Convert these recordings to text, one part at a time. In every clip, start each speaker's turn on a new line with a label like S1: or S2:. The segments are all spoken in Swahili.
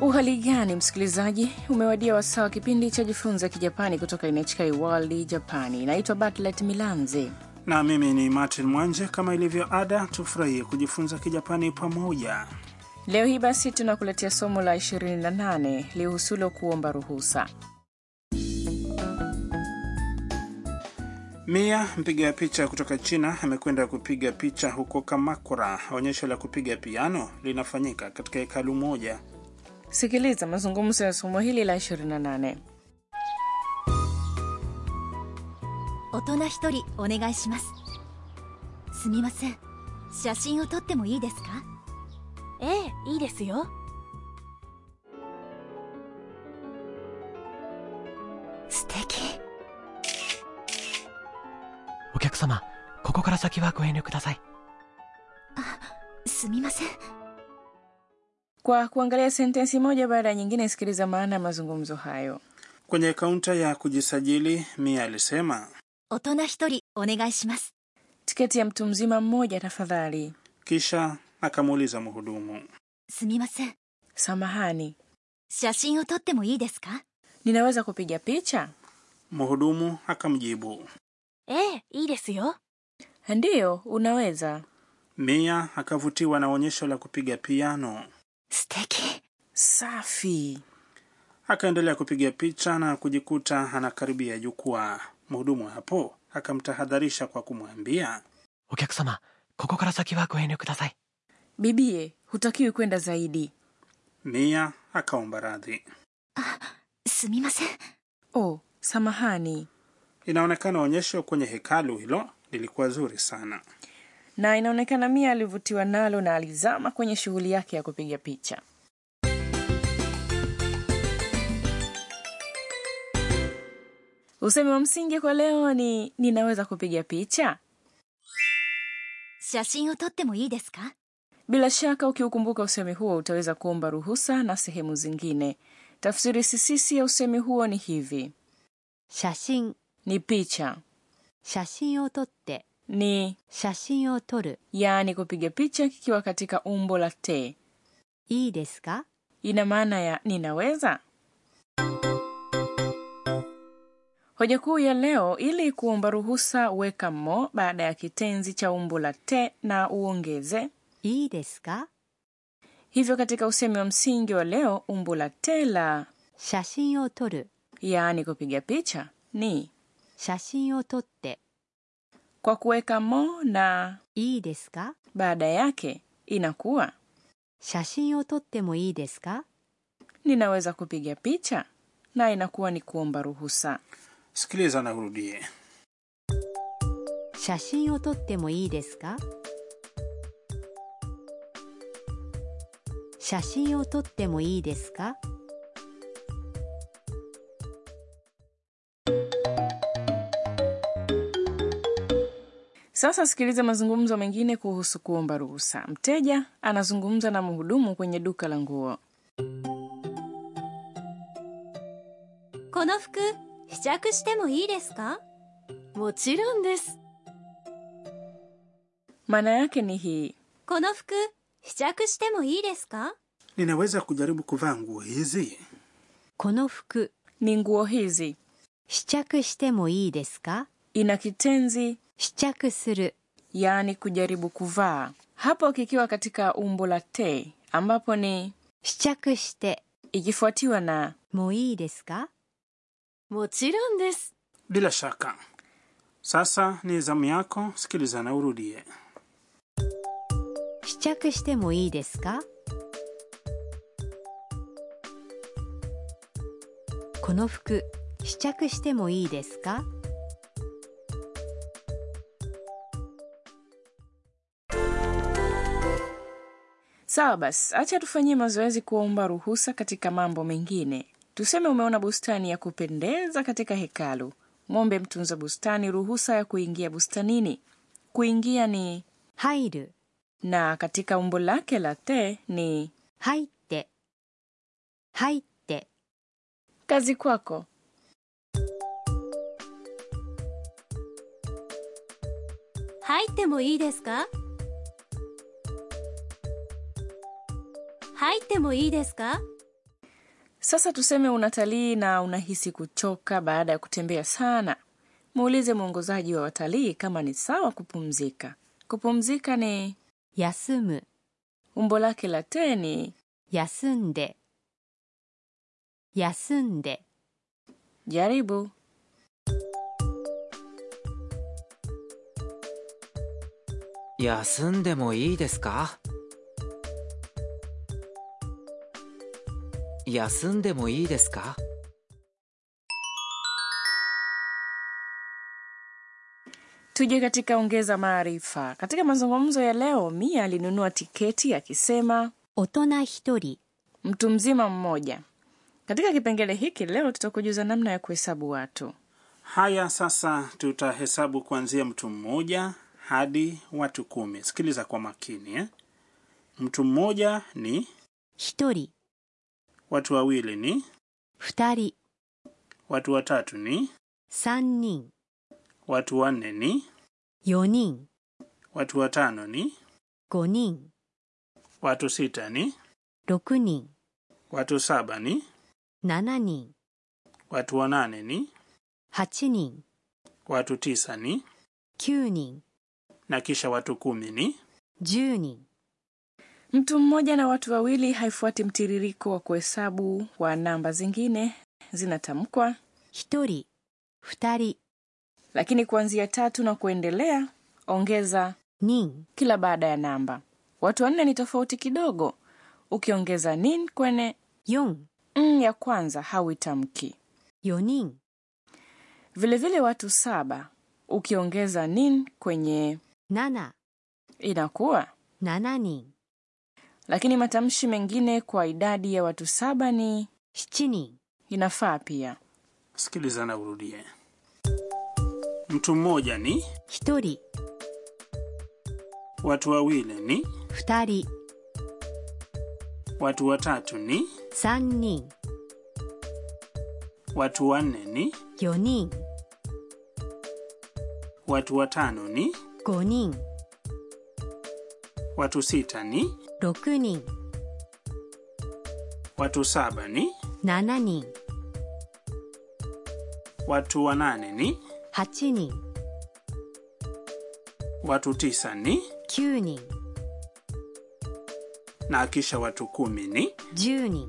S1: Uhali gani msikilizaji, umewadia wasaa wa kipindi cha jifunza Kijapani kutoka NHK World Japani. Naitwa Bartlet Milanzi
S2: na mimi ni Martin Mwanje. Kama ilivyo ada, tufurahie kujifunza Kijapani pamoja.
S1: Leo hii basi tunakuletea somo la 28 lihusulo kuomba ruhusa.
S2: Mia, mpiga picha kutoka China, amekwenda kupiga picha huko Kamakura. Onyesho la kupiga piano linafanyika katika hekalu moja.
S1: Sikiliza mazungumzo ya somo hili la 28.
S3: 大人一人お願いしますすみません写真を撮ってもいいですか
S4: ええいいですよ
S3: 素敵
S5: お客様ここから先はご遠慮ください
S3: すみません
S1: Kwa kuangalia sentensi moja baada ya nyingine, sikiliza maana ya mazungumzo hayo.
S2: Kwenye kaunta ya kujisajili, Mia alisema
S3: 大人一人お願いします
S1: Tiketi ya mtu mzima mmoja tafadhali.
S2: kisha akamuuliza mhudumu.
S3: すみません
S1: Samahani,
S3: 写真を撮ってもいいですか
S1: ninaweza kupiga picha?
S2: Mhudumu akamjibu.
S4: ええいいですよ
S1: Ndiyo, unaweza.
S2: Mia akavutiwa na onyesho la kupiga piano,
S3: 素敵
S1: Safi.
S2: akaendelea kupiga picha na kujikuta anakaribia jukwaa. Mhudumu hapo akamtahadharisha kwa kumwambia,
S5: お客様ここから先はご遠慮ください
S1: Bibie, hutakiwi kwenda zaidi.
S2: Mia akaomba radhi.
S3: すみません
S1: Oh, samahani.
S2: Inaonekana onyesho kwenye hekalu hilo lilikuwa zuri sana.
S1: Na inaonekana Mia alivutiwa nalo na alizama kwenye shughuli yake ya kupiga picha. Usemi wa msingi kwa leo ni ninaweza kupiga picha.
S3: 写真を撮ってもいいですか
S1: Bila shaka ukiukumbuka usemi huo utaweza kuomba ruhusa na sehemu zingine. Tafsiri sisisi ya usemi huo ni hivi:
S6: 写真
S1: ni picha,
S6: 写真を撮って
S1: ni
S6: 写真を撮る
S1: yaani kupiga picha kikiwa katika umbo la te,
S6: いいですか
S1: ina maana ya ninaweza. Hoja kuu ya leo, ili kuomba ruhusa, weka mo baada ya kitenzi cha umbo la te na uongeze
S6: いいですか
S1: hivyo. Katika usemi wa msingi wa leo, umbo la te la,
S6: 写真を撮る
S1: yaani kupiga picha, ni
S6: 写真を撮って
S1: kwa kuweka mo na
S6: いいですか
S1: baada yake inakuwa
S6: 写真を撮ってもいいですか
S1: ninaweza kupiga picha na inakuwa ni kuomba ruhusa.
S2: Sikiliza na urudie.
S6: 写真を撮ってもいいですか写真を撮ってもいいですか
S1: Sasa sikiliza mazungumzo mengine kuhusu kuomba ruhusa. Mteja anazungumza na mhudumu kwenye duka la nguo.
S4: この服試着してもいいですかもちろんです。
S1: Maana yake ni hii:
S4: この服試着してもいいですか
S2: Ninaweza kujaribu kuvaa nguo hizi?
S6: この服
S1: ni nguo hizi,
S6: 試着してもいいですか
S1: ina kitenzi
S6: 試着する
S1: yaani kujaribu kuvaa, hapo kikiwa katika umbo la te, ambapo ni
S6: 試着して
S1: ikifuatiwa na
S6: もいいですか
S4: もちろんです。
S2: Bila shaka. Sasa ni zamu yako, sikiliza na urudie.
S6: 試着してもいいですかこの服試着してもいいですか
S1: sawa. Basi acha tufanyie mazoezi kuomba ruhusa katika mambo mengine. Tuseme umeona bustani ya kupendeza katika hekalu, mwombe mtunza bustani ruhusa ya kuingia bustanini. Kuingia ni
S6: 入る
S1: na katika umbo lake la te ni
S6: 入って入って
S1: kazi kwako.
S4: 入ってもいいですか入ってもいいですか
S1: Sasa tuseme unatalii na unahisi kuchoka baada ya kutembea sana. Muulize mwongozaji wa watalii kama ni sawa kupumzika. Kupumzika ni
S6: 休む
S1: umbo lake la te ni
S6: 休んで休んで
S1: jaribu.
S7: 「休んでもいいですか?」「休んでもいいですか?」
S1: Tuje katika ongeza maarifa. Katika mazungumzo ya leo, Mia alinunua tiketi akisema
S6: 大人一人
S1: mtu mzima mmoja. Katika kipengele hiki leo tutakujuza namna ya kuhesabu watu.
S2: Haya, sasa tutahesabu kuanzia mtu mmoja hadi watu kumi. Sikiliza kwa makini eh. Mtu mmoja ni
S6: 一人
S2: watu wawili ni
S6: 二人
S2: watu watatu ni
S6: 三人
S2: watu wanne ni
S6: 四人
S2: watu watano ni
S6: 五人
S2: watu sita ni
S6: 六人
S2: watu saba ni
S6: 七人
S2: watu wanane ni
S6: 八人
S2: watu tisa ni
S6: 九人
S2: na kisha watu kumi ni
S6: 十人
S1: Mtu mmoja na watu wawili haifuati mtiririko wa kuhesabu wa namba zingine, zinatamkwa,
S6: 一人二人
S1: lakini kuanzia tatu na kuendelea ongeza
S6: 人
S1: kila baada ya namba. Watu wanne ni tofauti kidogo. Ukiongeza nin kwenye
S6: 四
S1: n ya kwanza hauitamki.
S6: 四人
S1: Vilevile watu saba, ukiongeza nin kwenye
S6: 七
S1: inakuwa,
S6: 七人
S1: lakini matamshi mengine kwa idadi ya watu saba ni
S6: 七人
S1: inafaa pia.
S2: sikiliza na urudie mtu mmoja ni
S6: 一人
S2: watu wawili ni
S6: 二人
S2: watu watatu ni
S6: 三人
S2: watu wanne ni
S6: 四人
S2: watu watano ni
S6: 五人
S2: watu sita ni
S6: 六人
S2: watu saba ni
S6: 七人
S2: watu wanane ni
S6: 8人
S2: watu tisa ni
S6: 9人
S2: na kisha watu kumi ni
S6: 10人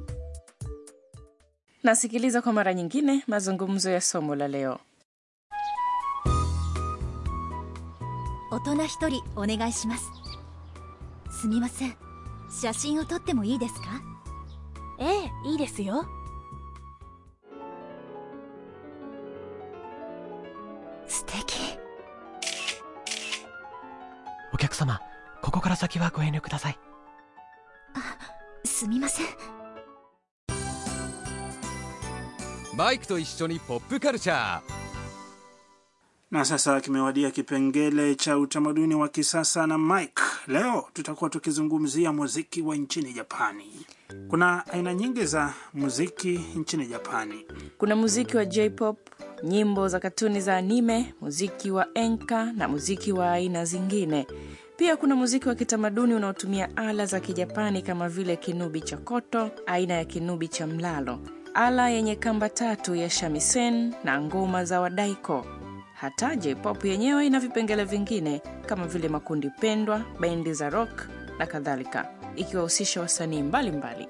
S1: Nasikiliza kwa mara nyingine mazungumzo ya somo la leo.
S3: 大人一人お願いしますすみません写真を撮ってもいいですか
S4: ええいいですよ
S3: 素敵
S5: お客様、ここから先はご遠慮ください。
S3: すみません
S8: マイクと一緒にポップカルチャー
S2: na sasa kimewadia kipengele cha utamaduni wa kisasa na mike leo tutakuwa tukizungumzia muziki wa nchini japani kuna aina nyingi za muziki nchini japani
S1: Kuna muziki wa J-pop, nyimbo za katuni za anime, muziki wa enka na muziki wa aina zingine. Pia kuna muziki wa kitamaduni unaotumia ala za Kijapani kama vile kinubi cha koto, aina ya kinubi cha mlalo, ala yenye kamba tatu ya shamisen na ngoma za wadaiko. Hata J-pop yenyewe ina vipengele vingine kama vile makundi pendwa, bendi za rock na kadhalika, ikiwahusisha wasanii mbalimbali.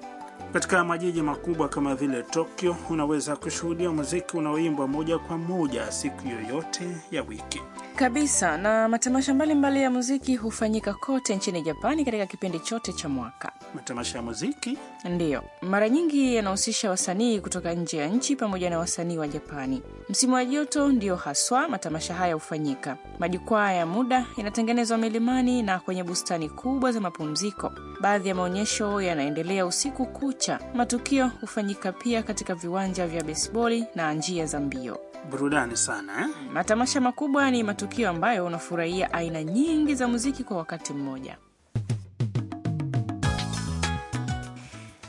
S2: katika majiji makubwa kama vile tokyo unaweza kushuhudia muziki unaoimbwa moja kwa moja siku yoyote ya wiki
S1: kabisa na matamasha mbalimbali ya muziki hufanyika kote nchini japani katika kipindi chote cha mwaka
S2: matamasha ya muziki
S1: ndiyo mara nyingi yanahusisha wasanii kutoka nje ya nchi pamoja na wasanii wa japani msimu wa joto ndiyo haswa matamasha haya hufanyika majukwaa ya muda yanatengenezwa milimani na kwenye bustani kubwa za mapumziko baadhi ya maonyesho yanaendelea usiku kucha matukio hufanyika pia katika viwanja vya besboli na njia za mbio
S2: burudani sana eh?
S1: Matamasha makubwa ni matukio ambayo unafurahia aina nyingi za muziki kwa wakati mmoja.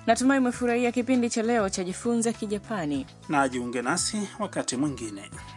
S1: Natumai umefurahia kipindi cha leo cha Jifunze Kijapani.
S2: na ajiunge nasi wakati mwingine